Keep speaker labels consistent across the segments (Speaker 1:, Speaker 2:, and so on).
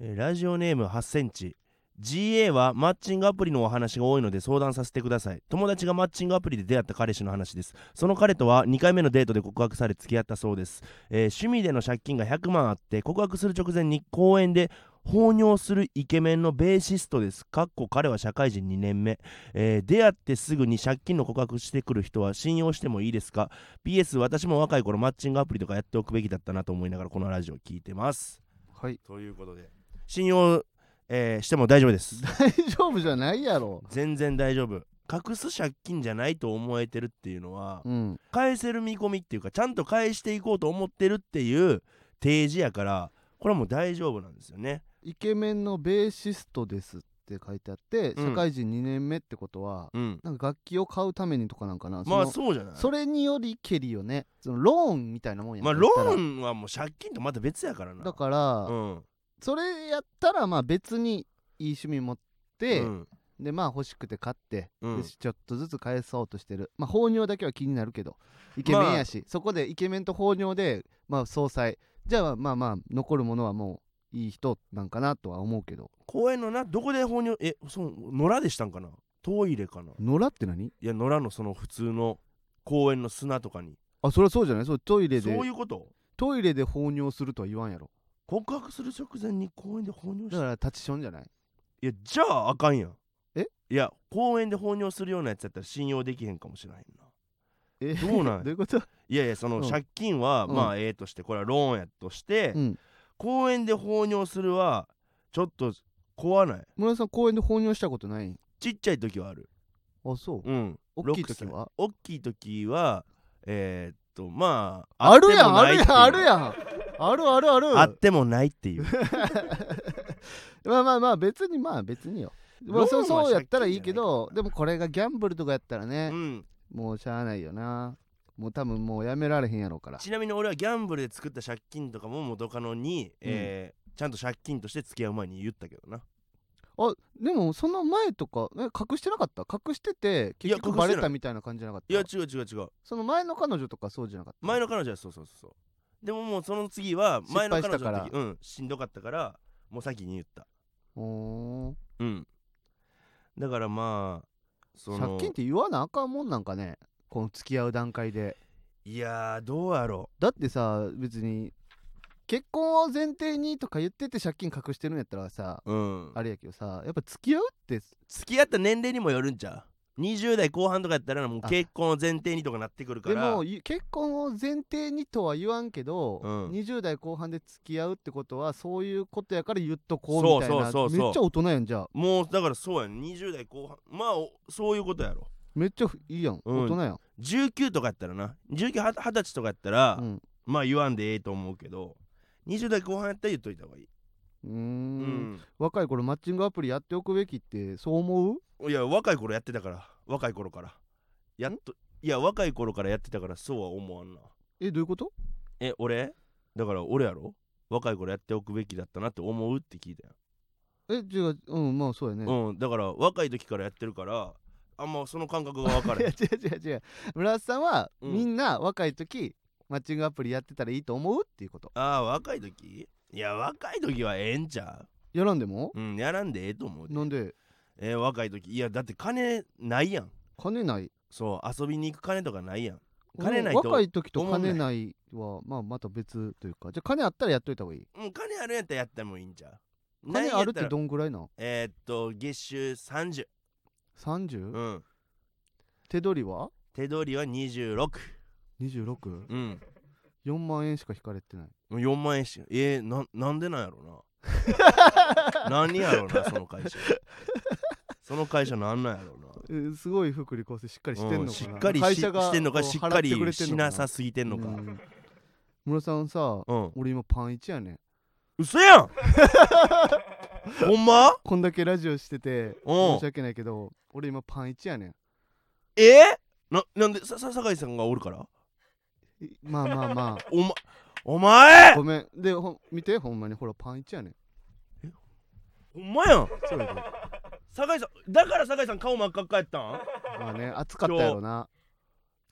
Speaker 1: えーラジオネーム8センチ GA はマッチングアプリのお話が多いので相談させてください友達がマッチングアプリで出会った彼氏の話ですその彼とは2回目のデートで告白され付き合ったそうです、えー趣味での借金が100万あって告白する直前に公園で放尿するイケメンのベーシストですかっこ彼は社会人2年目、えー出会ってすぐに借金の告白してくる人は信用してもいいですか PS 私も若い頃マッチングアプリとかやっておくべきだったなと思いながらこのラジオ聞いてます
Speaker 2: はい
Speaker 1: ということで信用、えーしても大丈夫です
Speaker 2: 大丈夫じゃないやろ
Speaker 1: 全然大丈夫隠す借金じゃないと思えてるっていうのは
Speaker 2: うん
Speaker 1: 返せる見込みっていうかちゃんと返していこうと思ってるっていう提示やからこれはもう大丈夫なんですよね
Speaker 2: イケメンのベーシストですって書いてあって
Speaker 1: うん
Speaker 2: 社会人2年目ってことは、
Speaker 1: うん
Speaker 2: なんか楽器を買うためにとかなんかなその
Speaker 1: まあそうじゃない
Speaker 2: それによりけりよねそのローンみたいなもんやん
Speaker 1: まあ
Speaker 2: 言
Speaker 1: ロ
Speaker 2: ったら
Speaker 1: ーンはもう借金とまた別やからな
Speaker 2: だから、
Speaker 1: うん
Speaker 2: それやったらまあ別にいい趣味持って、
Speaker 1: うん
Speaker 2: でまあ欲しくて買って、
Speaker 1: うん
Speaker 2: でちょっとずつ返そうとしてるまあ放尿だけは気になるけどイケメンやし、そこでイケメンと放尿でまあ総裁じゃあまあまあ残るものはもういい人なんかなとは思うけど
Speaker 1: 公園のなどこで放尿えそう野良でしたんかなトイレかな
Speaker 2: 野良って何
Speaker 1: いや野良のその普通の公園の砂とかに
Speaker 2: あそりゃそうじゃないそうトイレ
Speaker 1: そ
Speaker 2: で
Speaker 1: ういうこと
Speaker 2: トイレで放尿するとは言わんやろ
Speaker 1: 告白する直前に公園で放尿した
Speaker 2: だからタチションじゃない
Speaker 1: いやじゃああかんやん
Speaker 2: え
Speaker 1: いや公園で放尿するようなやつやったら信用できへんかもしれへんな
Speaker 2: え
Speaker 1: どうなんや
Speaker 2: どういうこと
Speaker 1: いやいやその
Speaker 2: うん
Speaker 1: 借金は、
Speaker 2: うん
Speaker 1: まあええとしてこれはローンやとして、
Speaker 2: うん
Speaker 1: 公園で放尿するはちょっと怖ない
Speaker 2: 村田さん公園で放尿したことない
Speaker 1: ちっちゃい時はある
Speaker 2: あそう
Speaker 1: うん
Speaker 2: 大きい時は
Speaker 1: 大きい時はえーっとまあ
Speaker 2: あるやんあるやんあ
Speaker 1: ってもないっていう
Speaker 2: るやんあるあるあ
Speaker 1: あ
Speaker 2: る
Speaker 1: ってもないってい う
Speaker 2: まあまあまあ別にまあ別によま
Speaker 1: ローン
Speaker 2: あ
Speaker 1: は
Speaker 2: そうそうやったらいいけ
Speaker 1: 借金じゃない
Speaker 2: ど
Speaker 1: から
Speaker 2: でもこれがギャンブルとかやったら
Speaker 1: う
Speaker 2: ね、
Speaker 1: ん
Speaker 2: もうしゃあないよなもう多分もうやめられへんやろうから
Speaker 1: ちなみに俺はギャンブルで作った借金とかも元カノに、えーちゃんと借金として付き合う前に言ったけどな
Speaker 2: あでもその前とかえ隠してなかった隠してて
Speaker 1: いや
Speaker 2: 結局
Speaker 1: 隠してな
Speaker 2: バ
Speaker 1: い
Speaker 2: レたみたいな感じじゃなかった
Speaker 1: いや違う違う違う
Speaker 2: その前の彼女とかそうじゃなかった
Speaker 1: 前の彼女はそうそうそうそうでももうその次は前の彼女
Speaker 2: 失敗し
Speaker 1: の
Speaker 2: たから
Speaker 1: 時うんしんどかったからもう先に言った
Speaker 2: おー
Speaker 1: うんだからまあその
Speaker 2: 借金って言わなあかんもんなんかねこの付き合う段階で
Speaker 1: いやーどうやろ
Speaker 2: だってさ別に結婚を前提にとか言ってて借金隠してるんやったらさ
Speaker 1: ううん
Speaker 2: あれやけどさやっぱ付き合うって
Speaker 1: 付き合った年齢にもよるんちゃう20代後半とかやったらもう
Speaker 2: あ
Speaker 1: 結婚を前提にとかなってくるか
Speaker 2: で
Speaker 1: ら
Speaker 2: もい結婚を前提にとは言わんけど、
Speaker 1: うん
Speaker 2: 20代後半で付き合うってことはそういうことやから言っとこ
Speaker 1: そう
Speaker 2: うみたいな
Speaker 1: そうそうそう
Speaker 2: めっちゃ大人やんじゃあ
Speaker 1: もうだからそうやん20代後半まあおそういうことやろ
Speaker 2: めっちゃふいいやん、
Speaker 1: うん
Speaker 2: 大人やん、
Speaker 1: 19とかやったらな1920歳とかやったら、
Speaker 2: うん
Speaker 1: まあ言わんでええと思うけど20代後半やったら言っといた方がいい、
Speaker 2: うー
Speaker 1: うんん
Speaker 2: 若い頃マッチングアプリやっておくべきってそう思う
Speaker 1: いや若い頃やってたから若い頃からやっといや若い頃からやってたからそうは思わんな
Speaker 2: えどういうこと
Speaker 1: え俺だから俺やろ若い頃やっておくべきだったなって思うって聞いたやん
Speaker 2: え違ううんまあそうや ね、
Speaker 1: うん、だから若い時からやってるからあんまその感覚が分か
Speaker 2: い
Speaker 1: れ
Speaker 2: や
Speaker 1: へ
Speaker 2: 違
Speaker 1: ん
Speaker 2: う違う違う村瀬さんは、
Speaker 1: うん
Speaker 2: みんな若い時マッチングアプリやってたらいいと思うっていうこと
Speaker 1: ああ若い時いや若い時はええんちゃ
Speaker 2: やらんでも
Speaker 1: う、うん、やらんでええと思うで
Speaker 2: なんで
Speaker 1: えー若い時いやだって金ないやん
Speaker 2: 金ない
Speaker 1: そう遊びに行く金とかないやん金ないと
Speaker 2: 若い時と
Speaker 1: 思んない
Speaker 2: 金ないはまあまた別というかじゃあ金あったらやっといた方がいい
Speaker 1: うん金あるんやったらやったらもういいんちゃうないん
Speaker 2: 金
Speaker 1: やた
Speaker 2: あ
Speaker 1: ら
Speaker 2: るってどんぐらいなん
Speaker 1: えー、っと月収30
Speaker 2: 30、
Speaker 1: うん
Speaker 2: 手取りは
Speaker 1: 手取りは26
Speaker 2: ?264
Speaker 1: うん
Speaker 2: 万円しか引かれてない
Speaker 1: 4万円しえー、ななんでなんや ろな何やろなその会社その会社なんなんやろな
Speaker 2: えーすごい福利厚生しっ かりしてんのかな、
Speaker 1: うんしっかりし
Speaker 2: 会社が
Speaker 1: してんのか
Speaker 2: こう
Speaker 1: しっか
Speaker 2: 払てく
Speaker 1: り
Speaker 2: れてん
Speaker 1: し
Speaker 2: のか
Speaker 1: なさすぎてんのか
Speaker 2: うん村さんさ
Speaker 1: うん
Speaker 2: 俺今パン1やねん
Speaker 1: 嘘や んほんま
Speaker 2: こんだけラジオしてて
Speaker 1: うん
Speaker 2: 申し訳ないけど俺今パン1やねん
Speaker 1: えななんでささ酒井さんがおるから
Speaker 2: いまあまあま
Speaker 1: おまお前
Speaker 2: あごめんでほん見てほんまにほらパン1やねん
Speaker 1: ほんまやん
Speaker 2: そうやで
Speaker 1: 酒井さんだから酒井さん顔真っ赤っかやったん
Speaker 2: まあね暑かったやろな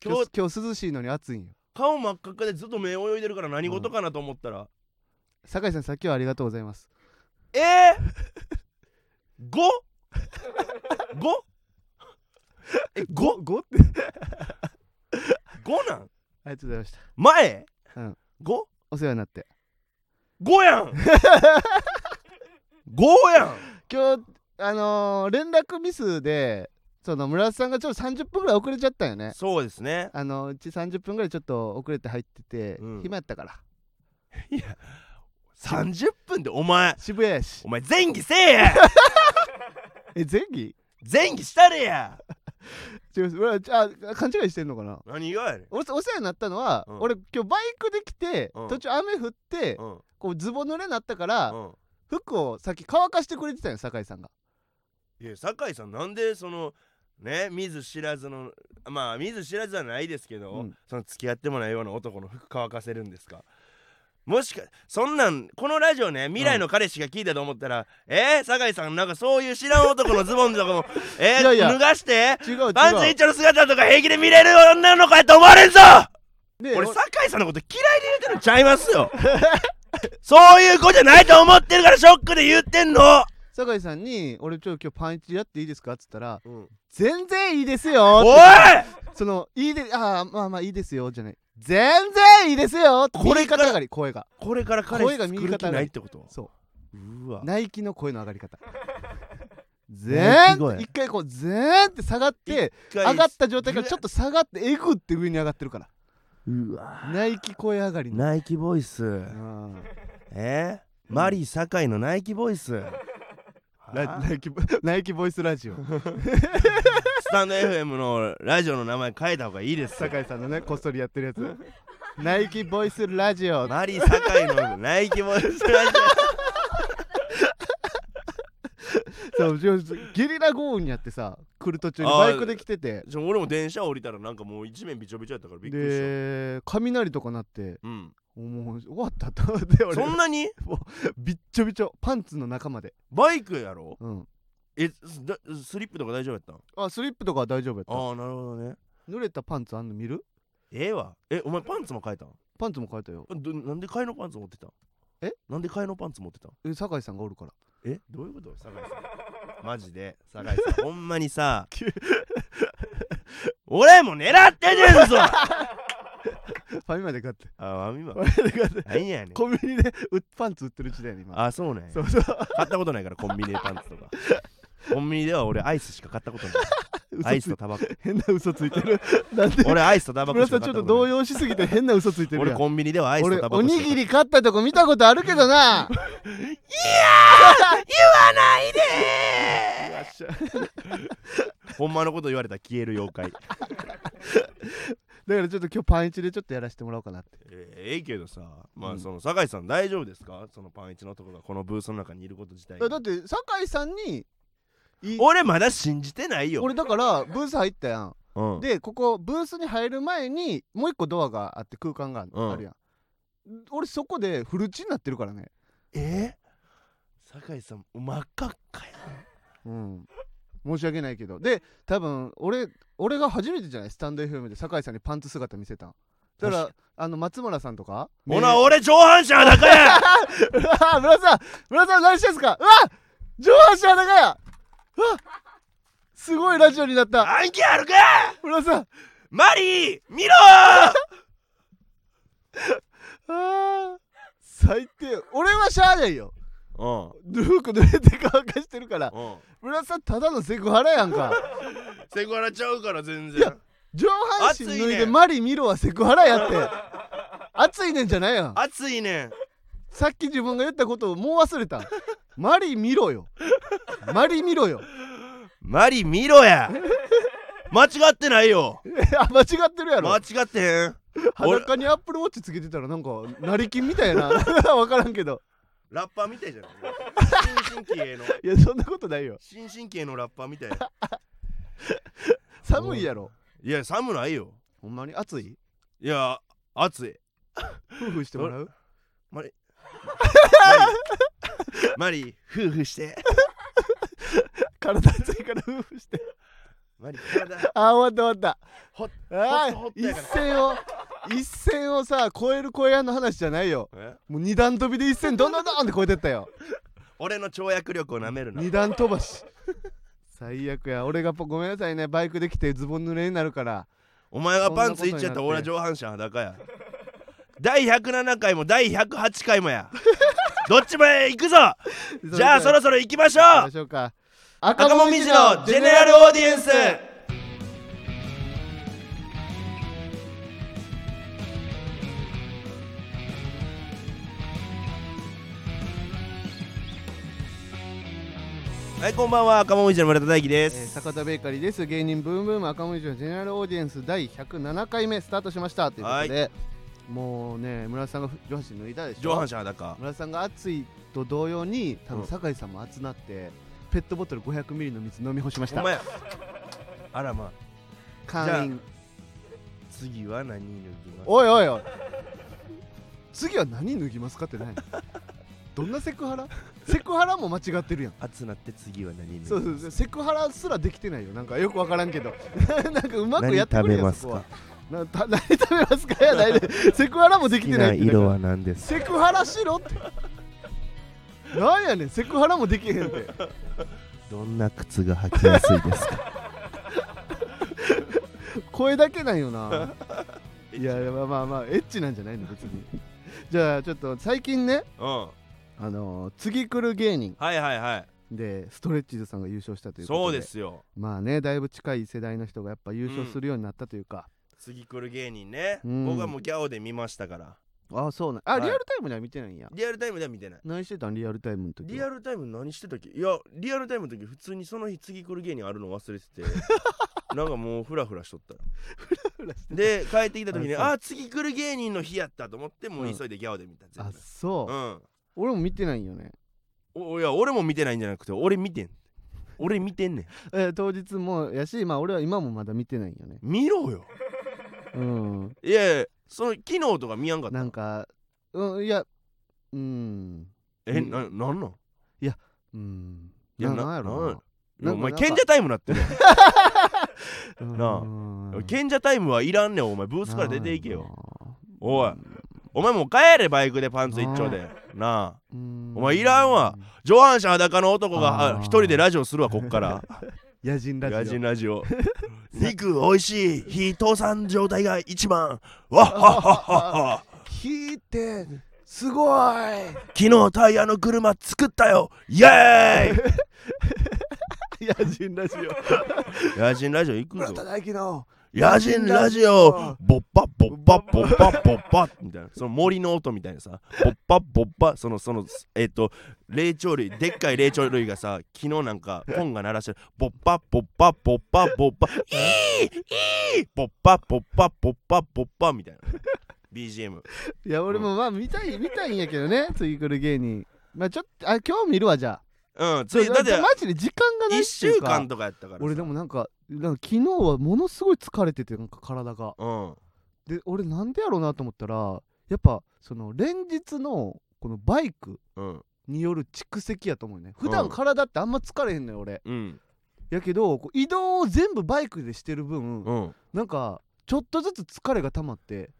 Speaker 1: 今
Speaker 2: 今
Speaker 1: 日
Speaker 2: 日今日涼しいのに暑いんよ
Speaker 1: 顔真っ赤っかでずっと目泳いでるから何事かなと思ったら、
Speaker 2: 酒井さんさっきはありがとうございます
Speaker 1: ええー、5? 5? え五
Speaker 2: 5って
Speaker 1: 五なん
Speaker 2: ありがとうございました
Speaker 1: 前
Speaker 2: うん
Speaker 1: 五
Speaker 2: お世話になって
Speaker 1: 五やん五やん
Speaker 2: 今日あのー連絡ミスでその村田さんがちょっと30分ぐらい遅れちゃったよね
Speaker 1: そうですね
Speaker 2: あのうち30分ぐらいちょっと遅れて入ってて、
Speaker 1: うん
Speaker 2: 暇やったから
Speaker 1: 30分でお前
Speaker 2: 渋谷やし
Speaker 1: お前前儀せえや
Speaker 2: え前儀
Speaker 1: 前儀したれや
Speaker 2: 違う俺あ勘違いしてんのかな
Speaker 1: 何がやねん
Speaker 2: おお世話になったのは、
Speaker 1: うん
Speaker 2: 俺今日バイクで来て、
Speaker 1: うん
Speaker 2: 途中雨降って、
Speaker 1: うんうん
Speaker 2: こうズボン濡れになったから、服を先乾かしてくれてたよ酒井さんが
Speaker 1: いや酒井さんなんでそのね見ず知らずのまあ見ず知らずはないですけど、
Speaker 2: うん
Speaker 1: その付き合ってもないような男の服乾かせるんですかもしかそんなんこのラジオね未来の彼氏が聞いたと思ったら、えー、酒井さんなんかそういう知らん男のズボンとか もえー、
Speaker 2: いやいや
Speaker 1: 脱がして
Speaker 2: 違う違う
Speaker 1: パンツ一丁の姿とか平気で見れる女の子やと思われんぞ
Speaker 2: で
Speaker 1: 俺
Speaker 2: お
Speaker 1: 酒井さんのこと嫌いで言うてるのちゃいます よそういう子じゃないと思ってるからショックで言ってんの、
Speaker 2: 酒井さんに「俺ちょっと今日パンイチやっていいですか?」っつったら
Speaker 1: うん
Speaker 2: 「全然いいですよ」
Speaker 1: おい
Speaker 2: その「いいでああまあまあいいですよ」じゃない「全然いいですよ」
Speaker 1: これ
Speaker 2: 右
Speaker 1: から
Speaker 2: 肩上がり声が
Speaker 1: これから彼氏
Speaker 2: 声が
Speaker 1: 作
Speaker 2: 右
Speaker 1: る気
Speaker 2: 肩上が
Speaker 1: ない
Speaker 2: り
Speaker 1: ってこと
Speaker 2: そう
Speaker 1: わ
Speaker 2: ナイキの声の上がり方。
Speaker 1: ナイ
Speaker 2: 全
Speaker 1: キ声
Speaker 2: 一回こう全ーって下がって上がった状態からちょっと下がってえぐって上に上がってるから
Speaker 1: うわ
Speaker 2: ナイキ声上がりの
Speaker 1: ナイキボイス
Speaker 2: うん
Speaker 1: えー、マリー酒井のナイキボイス
Speaker 2: ラ
Speaker 1: あ
Speaker 2: ナイキボナイキボイスラジオ
Speaker 1: スタンド FM のラジオの名前変えた方がいいですよ
Speaker 2: 酒井さんのねこっそりやってるや つナイキボイスラジオ
Speaker 1: マリー酒井のナイキボイス ラジ
Speaker 2: そうちょゲリラ豪雨にやってさ来る途中にバイクで来てて
Speaker 1: オちょ俺も電車降りたらなんかもう一面びちょびちょやったからびっくりした、
Speaker 2: で雷とかなって
Speaker 1: うん、
Speaker 2: もう終わったと思って俺
Speaker 1: そんなに
Speaker 2: びっちょびちょパンツの中まで
Speaker 1: バイクやろ
Speaker 2: うん
Speaker 1: えスだスリップとか大丈夫やったん
Speaker 2: あスリップとかは大丈夫やった
Speaker 1: ああなるほどね
Speaker 2: 濡れたパンツあんの見る
Speaker 1: ええわえお前パンツも変えたん
Speaker 2: パンツも変えたよ
Speaker 1: どなんで替えのパンツ持ってたん
Speaker 2: え
Speaker 1: なんで替えのパンツ持ってたん
Speaker 2: え酒井さんがおるから
Speaker 1: えどういうこ と酒井さんマジで酒井さんほんまにさ
Speaker 2: 急
Speaker 1: 俺も狙ってねえぞ
Speaker 2: ファミマで買って
Speaker 1: あわみま
Speaker 2: ファミマで買って
Speaker 1: 何やねん
Speaker 2: コンビニでうパンツ売ってる時代ね今
Speaker 1: あそうね
Speaker 2: そうそう
Speaker 1: 買ったことないからコンビニでパンツと かコンビニでは俺アイスしか買ったことないアイス
Speaker 2: 嘘
Speaker 1: と
Speaker 2: つ
Speaker 1: タバコ
Speaker 2: 変な嘘ついてるなんで
Speaker 1: 俺アイスとタバコ
Speaker 2: 村
Speaker 1: しか
Speaker 2: さん
Speaker 1: 買
Speaker 2: ちょ
Speaker 1: っ
Speaker 2: ったと
Speaker 1: こと
Speaker 2: 動
Speaker 1: ない
Speaker 2: 揺しすぎて変な嘘ついてる
Speaker 1: 俺
Speaker 2: やん
Speaker 1: コンビニではアイスとタバコ
Speaker 2: お
Speaker 1: しか
Speaker 2: にぎり買ったとこ見たことあるけどな
Speaker 1: 言わないで
Speaker 2: よっしゃ
Speaker 1: ほんまのこと言われたら消える妖怪
Speaker 2: だからちょっと今日パンイチでちょっとやらせてもらおうかなって
Speaker 1: ええええけどさま
Speaker 2: う
Speaker 1: あ
Speaker 2: ん
Speaker 1: その酒井さん大丈夫ですかそのパンイチの男がこのブースの中にいること自体
Speaker 2: だって酒井さんにいい
Speaker 1: 俺まだ信じてないよ
Speaker 2: 俺だからブース入ったやん
Speaker 1: うん
Speaker 2: でここブースに入る前にもう一個ドアがあって空間が
Speaker 1: うん
Speaker 2: あるやん、俺そこでフルチになってるからね
Speaker 1: え酒井さん真っ赤っかや
Speaker 2: うん申し訳ないけどで多分俺俺が初めてじゃないスタンド FM で酒井さんにパンツ姿見せたんだから
Speaker 1: 確
Speaker 2: あの松村さんとか
Speaker 1: ほな俺上半身裸 や
Speaker 2: うわ村さん村さん何してんすかうわ上半身裸やうわすごいラジオになった
Speaker 1: 暗記あるか
Speaker 2: 村さん
Speaker 1: マリー見ろ
Speaker 2: あー最低俺はしゃあないよ
Speaker 1: ー
Speaker 2: 服濡れて乾かしてるから
Speaker 1: うんうん
Speaker 2: 村さんただのセクハラやんか
Speaker 1: セクハラちゃうから全
Speaker 2: い
Speaker 1: 然
Speaker 2: や上半身
Speaker 1: 熱いね
Speaker 2: 脱いでマリ見ろはセクハラやって熱いねんじゃないやん
Speaker 1: 熱いねん
Speaker 2: さっき自分が言ったことをもう忘れたマリ見ろよマリ見ろよ
Speaker 1: マリー見ろや間違ってないよ
Speaker 2: あ間違ってるやろ
Speaker 1: 間違ってへん俺
Speaker 2: 裸にアップルウォッチつけてたらなんか成金みたいな わからんけど
Speaker 1: ラッパーみたいじゃない新進気鋭の
Speaker 2: いやそんなことないよ
Speaker 1: 新進気鋭のラッパーみたいな
Speaker 2: 寒いやろ
Speaker 1: いや寒ないよ
Speaker 2: ほんまに暑い
Speaker 1: いや暑い
Speaker 2: 夫婦して もらう
Speaker 1: マリー夫婦して
Speaker 2: 体熱いから夫婦して
Speaker 1: マリー体
Speaker 2: あー終わった終わった
Speaker 1: ほっ
Speaker 2: あ
Speaker 1: ほっとほっと
Speaker 2: ー
Speaker 1: や
Speaker 2: 一
Speaker 1: から
Speaker 2: 線を一線をさ超える超えやんの話じゃないよ
Speaker 1: え
Speaker 2: もう二段飛びで一線どんどんどんって超えてったよ
Speaker 1: 俺の跳躍力をなめるな
Speaker 2: 二段飛ばし最悪や俺がぽごめんなさいねバイクできてズボン濡れになるから
Speaker 1: お前がパンツいっちゃったら俺は上半身裸や第107回も第108回も やどっちもへ行くぞじゃあそろそろ行きましょ
Speaker 2: 行きま
Speaker 1: う
Speaker 2: しょうか
Speaker 1: 赤もみじのジェネラルオーディエンスはいこんばんは赤もみじの村田大樹で
Speaker 2: えー
Speaker 1: す、
Speaker 2: 坂田ベーカリーです芸人ブームブーム赤文字のジェネラルオーディエンス第107回目スタートしましたということで、もうね村田さんが上半身脱いだでしょ
Speaker 1: 上半身裸
Speaker 2: 村田さんが暑いと同様に多
Speaker 1: う
Speaker 2: 分
Speaker 1: ん
Speaker 2: 酒井さんも暑なって、ペットボトル500ミリの水飲み干しまし
Speaker 1: お
Speaker 2: た
Speaker 1: 前やあらまあ
Speaker 2: 会員
Speaker 1: 次は何に脱ぎます
Speaker 2: おいおいおい次は何脱ぎますかって何どんなセクハラセクハラも間違ってるやん
Speaker 1: 熱なって次は何に
Speaker 2: そうそうそうセクハラすらできてないよなんかよくわからんけど なんかうまく
Speaker 1: 何
Speaker 2: やってく
Speaker 1: 食
Speaker 2: れ
Speaker 1: べ
Speaker 2: よ
Speaker 1: ます
Speaker 2: そこは
Speaker 1: か
Speaker 2: なた何食べますかや ないでセクハラもで
Speaker 1: 好
Speaker 2: き
Speaker 1: き
Speaker 2: てな
Speaker 1: ない
Speaker 2: ってだから
Speaker 1: 色は何ですか
Speaker 2: セクハラしろってなんやねんセクハラもできへんって
Speaker 1: どんな靴が履きやすいですか
Speaker 2: 声だけなんよないやまあまあまあエッチなんじゃないの別にじゃあちょっと最近ね
Speaker 1: うんは
Speaker 2: あのー次来る芸人
Speaker 1: いはいはい
Speaker 2: でストレッチーズさんが優勝したということ
Speaker 1: そ
Speaker 2: で
Speaker 1: うですよ
Speaker 2: まあねだいぶ近い世代の人がやっぱ優勝するようになったというか、
Speaker 1: 次来る芸人ね、
Speaker 2: うん
Speaker 1: 僕はもうギャオで見ましたから
Speaker 2: ああそうなんあ、
Speaker 1: はい
Speaker 2: リアルタイムでは見てないんや
Speaker 1: リアルタイムでは見てない
Speaker 2: 何してたんリアルタイムの時
Speaker 1: リアルタイム何してたっけいやリアルタイムの時普通にその日次来る芸人あるの忘れて てなんかもうフラフラしとったら
Speaker 2: ル
Speaker 1: で帰ってきた時に
Speaker 2: あそう
Speaker 1: ああー次来る芸人の日やったと思っても
Speaker 2: う
Speaker 1: うん急いでギャオで見た全
Speaker 2: あ
Speaker 1: 部
Speaker 2: そう、
Speaker 1: うん
Speaker 2: 俺も見てないんよね
Speaker 1: おいや俺も見てないんじゃなくて俺見てん俺見てんねん
Speaker 2: えー当日もやしまあ俺は今もまだ見てないんよね
Speaker 1: 見ろよ
Speaker 2: うん
Speaker 1: いやいやその昨日とか見やんかった
Speaker 2: なんかうんいやうん
Speaker 1: えななんなん
Speaker 2: うん
Speaker 1: いや
Speaker 2: な
Speaker 1: なな
Speaker 2: なんや
Speaker 1: んや
Speaker 2: ろ
Speaker 1: いやお
Speaker 2: なん
Speaker 1: 前
Speaker 2: か
Speaker 1: 賢者タイムなってるなあ
Speaker 2: な うん
Speaker 1: やん賢者タイムはいらんねんお前ブースから出ていけ
Speaker 2: なん
Speaker 1: よ
Speaker 2: やろ
Speaker 1: おいお前もう帰れバイクでパンツ一丁でなあ
Speaker 2: うん
Speaker 1: お前いらんわ上半身裸の男
Speaker 2: あ
Speaker 1: が
Speaker 2: ー
Speaker 1: あ一人でラジオするわこっから
Speaker 2: 野人 ラジオ
Speaker 1: 野人ラジ オ肉おいしい非倒産状態が一番わっはっはっはっは
Speaker 2: 聞いて すごい
Speaker 1: 昨日タイヤの車作ったよイエーイ
Speaker 2: 野人ラジオ
Speaker 1: 野人ラジオ行く
Speaker 2: 村
Speaker 1: ぞ
Speaker 2: 田大樹の
Speaker 1: 野人ラジオボッパボッパボッパボッパみたいなその森の音みたいなさボッパボッパそのそのえっと霊長類でっかい霊長類がさ昨日なんかポンが鳴らしてるボッパボッパボッパボッパイーイーボッパボッパボッパボッパみたいな BGM
Speaker 2: いや俺もまあ見たい見たいんやけどね次来る芸人まあちょっとあ今日見るわじゃあ
Speaker 1: うんつ
Speaker 2: そう
Speaker 1: いだって
Speaker 2: マジで時間がない
Speaker 1: 1
Speaker 2: ってい
Speaker 1: 週
Speaker 2: うか
Speaker 1: 間とかやったからさ
Speaker 2: 俺でもなんかなんか昨日はものすごい疲れててなんか体が
Speaker 1: うん
Speaker 2: で俺なんでやろうなと思ったらやっぱその連日のこのバイク
Speaker 1: うん
Speaker 2: による蓄積やと思うね普
Speaker 1: う
Speaker 2: 段
Speaker 1: ん
Speaker 2: 体ってあんま疲れへんのよ俺
Speaker 1: うん
Speaker 2: やけどこう移動を全部バイクでしてる分
Speaker 1: うん
Speaker 2: なんかちょっとずつ疲れが溜まって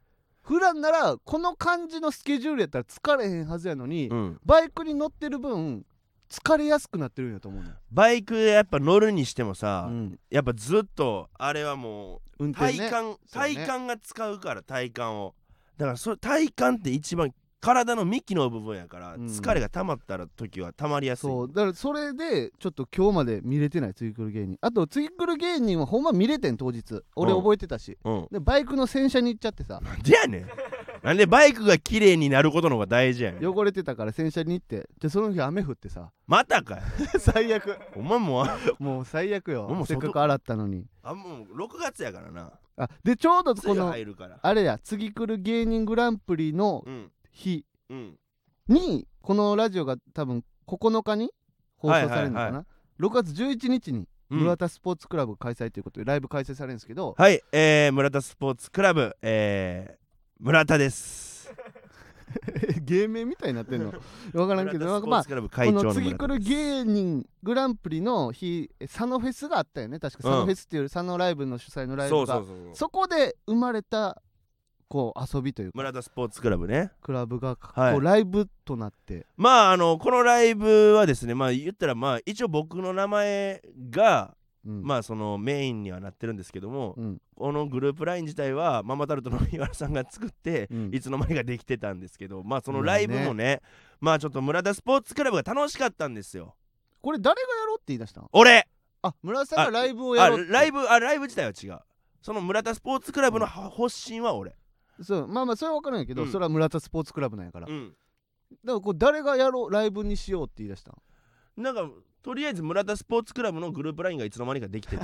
Speaker 2: 普段ならこの感じのスケジュールやったら疲れへんはずやのに
Speaker 1: うん
Speaker 2: バイクに乗ってる分疲れやすくなってるんやと思うね
Speaker 1: バイクやっぱ乗るにしても
Speaker 2: う
Speaker 1: さ
Speaker 2: ん
Speaker 1: やっぱずっとあれはもう
Speaker 2: 運転
Speaker 1: 体
Speaker 2: ね
Speaker 1: 幹、体幹が使うから体幹をだからそれ体幹って一番体の幹の部分やから、
Speaker 2: うん
Speaker 1: 疲れが溜まったら時は溜まりやすい
Speaker 2: そうだからそれでちょっと今日まで見れてないツイクル芸人あとツイクル芸人はほんま見れてん当日俺
Speaker 1: うん
Speaker 2: 覚えてたし、
Speaker 1: うん
Speaker 2: でバイクの洗車に行っちゃってさ
Speaker 1: なんでやねんなんでバイクが綺麗になることの方が大事やねん
Speaker 2: 汚れてたから洗車に行ってでその日雨降って さ
Speaker 1: またかい
Speaker 2: 最悪
Speaker 1: お前もうあ
Speaker 2: もう最悪よ
Speaker 1: もう
Speaker 2: せっ
Speaker 1: 外
Speaker 2: かく洗ったのに
Speaker 1: あもう6月やからな
Speaker 2: あでちょうど
Speaker 1: 梅
Speaker 2: こ
Speaker 1: 雨
Speaker 2: の
Speaker 1: 入るから
Speaker 2: あれや次来る芸人グランプリの
Speaker 1: うん
Speaker 2: 日
Speaker 1: うん
Speaker 2: にこのラジオが多分9日に放送されるのかな、
Speaker 1: はいはいは
Speaker 2: 6月11日に
Speaker 1: うん
Speaker 2: 村田スポーツクラブ開催ということでライブ開催されるんですけど、
Speaker 1: はいえー、村田スポーツクラブえー、村田です
Speaker 2: 芸名みたいになって んの分からんけど
Speaker 1: 村田ス
Speaker 2: なんか
Speaker 1: ポ
Speaker 2: ま
Speaker 1: ー
Speaker 2: あ
Speaker 1: ツクラブ会
Speaker 2: こ
Speaker 1: 長の
Speaker 2: の
Speaker 1: 村田
Speaker 2: 次来る芸人グランプリの日え佐野フェスがあったよね確か
Speaker 1: うん
Speaker 2: 佐野フェスっていう佐野ライブの主催のライ
Speaker 1: そ
Speaker 2: ブ
Speaker 1: うそ
Speaker 2: が
Speaker 1: うそうそう
Speaker 2: そこで生まれたこう遊びというか
Speaker 1: 村田スポーツクラブね
Speaker 2: クラブがこう、
Speaker 1: はい
Speaker 2: ライブとなって
Speaker 1: まああのこのライブはですねまあ言ったらまあ一応僕の名前が
Speaker 2: うん
Speaker 1: まあそのメインにはなってるんですけども
Speaker 2: うん
Speaker 1: このグループライン自体はママタルトの岩原さんが作って
Speaker 2: うん
Speaker 1: いつの間にかできてたんですけどまあそのライブもねまあちょっと村田スポーツクラブが楽しかったんですよ
Speaker 2: これ誰がやろうって言い出したの
Speaker 1: 俺
Speaker 2: あ村田さんがライブをや
Speaker 1: あ
Speaker 2: ろうって
Speaker 1: ライブあライブ自体は違うその村田スポーツクラブの発信は俺
Speaker 2: そうまあまあそれは分からないけど、
Speaker 1: うん
Speaker 2: それは村田スポーツクラブなんやから、
Speaker 1: う
Speaker 2: だか
Speaker 1: ん
Speaker 2: らこう誰がやろうライブにしようって言い出したの
Speaker 1: なんかとりあえず村田スポーツクラブのグループラインがいつの間にかできて る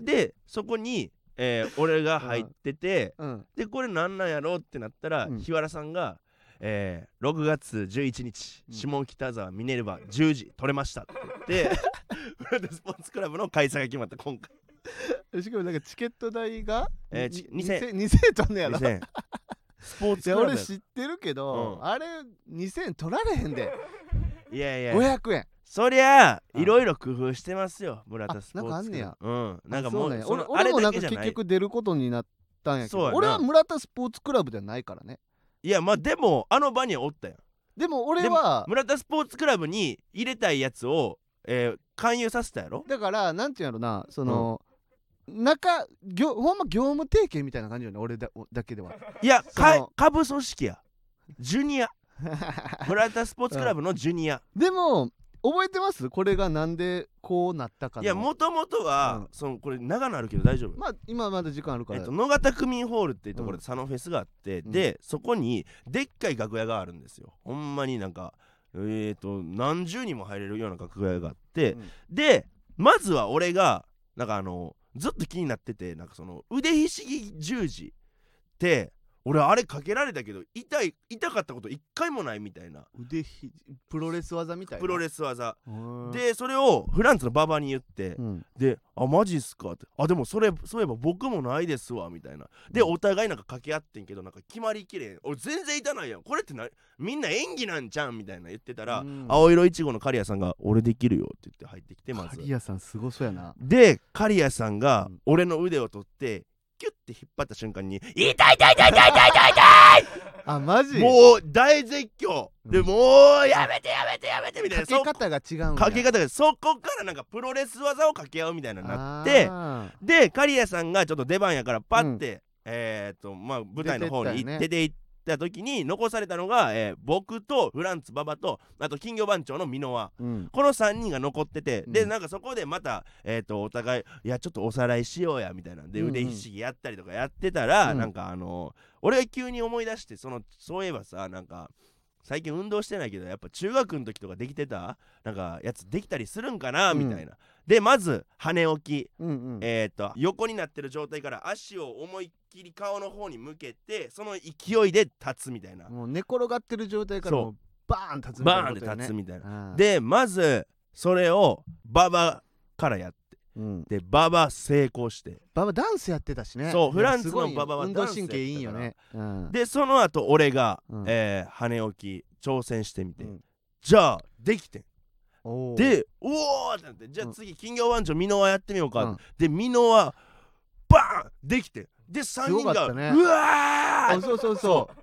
Speaker 1: でそこに、えー俺が入ってて、
Speaker 2: うん
Speaker 1: でこれなんなんやろうってなったら、
Speaker 2: うん
Speaker 1: 日原さんが、えー6月11日、
Speaker 2: うん
Speaker 1: 下北沢ミネルヴァ10時取れました」って言って 村田スポーツクラブの開催が決まった今回
Speaker 2: しかもなんかチケット代が、
Speaker 1: えーち
Speaker 2: に
Speaker 1: 2000
Speaker 2: 2000円取んねやろい
Speaker 1: 2000スポーツク
Speaker 2: や
Speaker 1: ラブ
Speaker 2: 俺
Speaker 1: や
Speaker 2: 知ってるけど、
Speaker 1: うん
Speaker 2: あれ2000円取られへんで
Speaker 1: いやいや
Speaker 2: 500円
Speaker 1: そりゃあ
Speaker 2: うん
Speaker 1: いろいろ工夫してますよ村田スポーツクラブうんなんかも
Speaker 2: あそうなんや
Speaker 1: その
Speaker 2: 俺俺も
Speaker 1: あれ
Speaker 2: な
Speaker 1: だ
Speaker 2: ん
Speaker 1: け
Speaker 2: か
Speaker 1: じゃ
Speaker 2: 結
Speaker 1: ない
Speaker 2: 局出ることになったんやけ
Speaker 1: そう
Speaker 2: ど
Speaker 1: やな
Speaker 2: 俺は村田スポーツクラブではないからね
Speaker 1: いやまあでもあの場にはおったやん
Speaker 2: でも俺は
Speaker 1: 村田スポーツクラブに入れたいやつを、えー勧誘させたやろ
Speaker 2: だからなんていうんやろなその、中業ほんま業務提携みたいな感じよね俺だだけ では
Speaker 1: いや
Speaker 2: その
Speaker 1: か下部組織やジュニア村田スポーツクラブのジュニ ア、
Speaker 2: でも覚えてますこれがなんでこうなったかの
Speaker 1: いやもともとは
Speaker 2: うん、
Speaker 1: そのこれ長野あるけど大丈夫、
Speaker 2: まあ今まだ時間あるか
Speaker 1: え
Speaker 2: ら、
Speaker 1: っと、野方区民ホールっていうところ
Speaker 2: うん
Speaker 1: で佐野フェスがあって、
Speaker 2: うん
Speaker 1: でそこにでっかい楽屋があるんですよほんまになんかえっ、と何十人も入れるような楽屋があって、
Speaker 2: うん
Speaker 1: でまずは俺がなんかあのずっと気になっててなんかその腕ひしぎ十字って俺あれかけられたけど痛い痛かったこと一回もないみたいな
Speaker 2: 腕ひじプロレス技みたいな
Speaker 1: プロレス技
Speaker 2: へー
Speaker 1: でそれをフランスの馬場に言って
Speaker 2: うん
Speaker 1: で「あマジっすか」って「あでもそれそういえば僕もないですわ」みたいなでお互いなんか掛け合ってんけどなんか決まりきれん俺全然痛ないやんこれってなみんな演技なんじゃんみたいな言ってたら、
Speaker 2: うん
Speaker 1: 青色いちごの刈谷さんが「俺できるよ」って言って入ってきてまず
Speaker 2: 刈谷さんすごそうやな
Speaker 1: で刈谷さんが
Speaker 2: うん
Speaker 1: 俺の腕を取ってキュッて引っ張った瞬間に「痛い痛い痛い痛い痛い痛い痛い!
Speaker 2: あマジ」
Speaker 1: もう大絶叫で
Speaker 2: うん
Speaker 1: もうやめてやめてやめてみたい
Speaker 2: か
Speaker 1: な
Speaker 2: け
Speaker 1: そ
Speaker 2: 方が違うんや
Speaker 1: かけ方がそこからなんかプロレス技を掛け合うみたいなのになって
Speaker 2: あー
Speaker 1: で刈谷さんがちょっと出番やからパッて、えっ、とまあ舞台の方に
Speaker 2: 出てったよ
Speaker 1: 出
Speaker 2: ね
Speaker 1: て行った時に残されたのが、えー僕とフランツ馬場とあと金魚番長の箕輪
Speaker 2: うん
Speaker 1: この3人が残ってて、
Speaker 2: う
Speaker 1: で
Speaker 2: ん
Speaker 1: なんかそこでまた、えー、とお互いいやちょっとおさらいしようやみたいなんで
Speaker 2: うんうん
Speaker 1: 腕ひしぎやったりとかやってたら、
Speaker 2: うん
Speaker 1: なんかあの俺が急に思い出してそのそういえばさなんか最近運動してないけどやっぱ中学の時とかできてたなんかやつできたりするんかなみたいな。でまず羽起き、
Speaker 2: うんうん
Speaker 1: えー、と横になってる状態から足を思いっきり顔の方に向けてその勢いで立つみたいな、
Speaker 2: もう寝転がってる状態から
Speaker 1: そう
Speaker 2: もうバーン立つみたい
Speaker 1: バー
Speaker 2: な
Speaker 1: ン
Speaker 2: こ
Speaker 1: で
Speaker 2: とよね
Speaker 1: 立つみたいな。
Speaker 2: あー
Speaker 1: でまずそれを馬場からやっ
Speaker 2: うん
Speaker 1: て馬場成功して
Speaker 2: 馬場ダンスやってたしね
Speaker 1: そう
Speaker 2: いや
Speaker 1: フランスの
Speaker 2: すごいよ
Speaker 1: 馬場は
Speaker 2: 運動神経いいんよねうん
Speaker 1: でその後俺が、
Speaker 2: うん
Speaker 1: えー羽置き挑戦してみて、
Speaker 2: うん
Speaker 1: じゃあできてん
Speaker 2: おー
Speaker 1: でうおーってなってじゃあ次金魚番長箕輪やってみようか、
Speaker 2: うん
Speaker 1: で箕輪バーンできてんで3人
Speaker 2: すごかっ
Speaker 1: が、
Speaker 2: たね
Speaker 1: うわ
Speaker 2: あ
Speaker 1: ー
Speaker 2: そうそうそう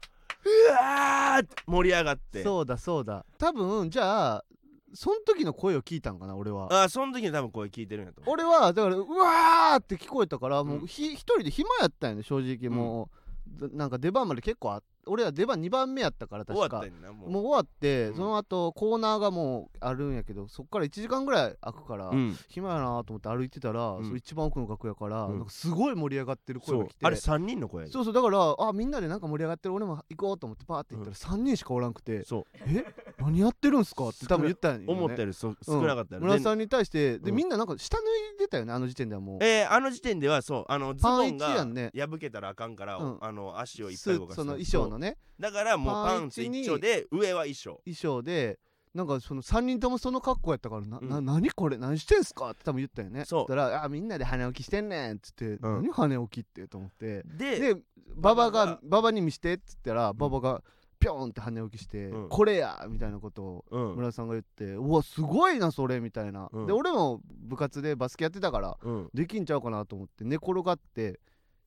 Speaker 1: わーって盛り上がって
Speaker 2: うそうだそうだ多分じゃあその時の声を聞いたんかな俺は
Speaker 1: あその時に多分声聞いてるんやと思う
Speaker 2: 俺はだからうわーって聞こえたから
Speaker 1: う
Speaker 2: も
Speaker 1: ん
Speaker 2: うひ一人で暇やったんやね正直もうずなんか出番まで結構あ俺ら出番2番目やったから
Speaker 1: 終わ
Speaker 2: 確
Speaker 1: った
Speaker 2: か
Speaker 1: んやなもう
Speaker 2: もう終わって、
Speaker 1: うん
Speaker 2: その後コーナーがもうあるんやけどそっから1時間ぐらい空くから、
Speaker 1: うん、
Speaker 2: 暇やなと思って歩いてたら、
Speaker 1: うん
Speaker 2: その一番奥の楽屋から、
Speaker 1: うん
Speaker 2: なんかすごい盛り上がってる声
Speaker 1: そ
Speaker 2: が
Speaker 1: う
Speaker 2: 来て
Speaker 1: あれ3人の声やで
Speaker 2: そうそうだからあみんなでなんか盛り上がってる俺も行こうと思ってパーって行ったら3人しかおらんくて
Speaker 1: そう
Speaker 2: 「え何やってるんすか?」って多分言ったんよ、ね、
Speaker 1: 思ったよりそ少なかった
Speaker 2: う
Speaker 1: よね
Speaker 2: ん村田さんに対してで、
Speaker 1: うん
Speaker 2: みんななんか下脱いでたよねあの時点ではもう、
Speaker 1: えーあの時点ではそうあのズ
Speaker 2: パ
Speaker 1: ボ
Speaker 2: ン
Speaker 1: ン
Speaker 2: 一や
Speaker 1: が
Speaker 2: んね
Speaker 1: 破けたらあかんから、
Speaker 2: うん
Speaker 1: あの足をいっ
Speaker 2: ス
Speaker 1: ぱい
Speaker 2: ー
Speaker 1: 動かす
Speaker 2: ツその衣装のね
Speaker 1: だからもう
Speaker 2: パン
Speaker 1: パンツ
Speaker 2: 一に
Speaker 1: 一丁で上は衣装
Speaker 2: 衣装でなんかその3人ともその格好やったから「な、
Speaker 1: うん
Speaker 2: な何これ何してんすか?」って多分言ったよね
Speaker 1: そう
Speaker 2: だから「あみんなで羽置きしてんねん」っつって「
Speaker 1: うん
Speaker 2: 何羽置きって」と思って
Speaker 1: で
Speaker 2: で馬場
Speaker 1: 馬場
Speaker 2: が
Speaker 1: が
Speaker 2: 馬場に見してって言ったら馬場がピョーンって羽置きして
Speaker 1: う
Speaker 2: 「
Speaker 1: ん
Speaker 2: これや!」みたいなことを
Speaker 1: うん
Speaker 2: 村田さんが言って「うわすごいなそれ」みたいな
Speaker 1: うん
Speaker 2: で俺も部活でバスケやってたから
Speaker 1: うん
Speaker 2: できんちゃうかなと思って寝転がって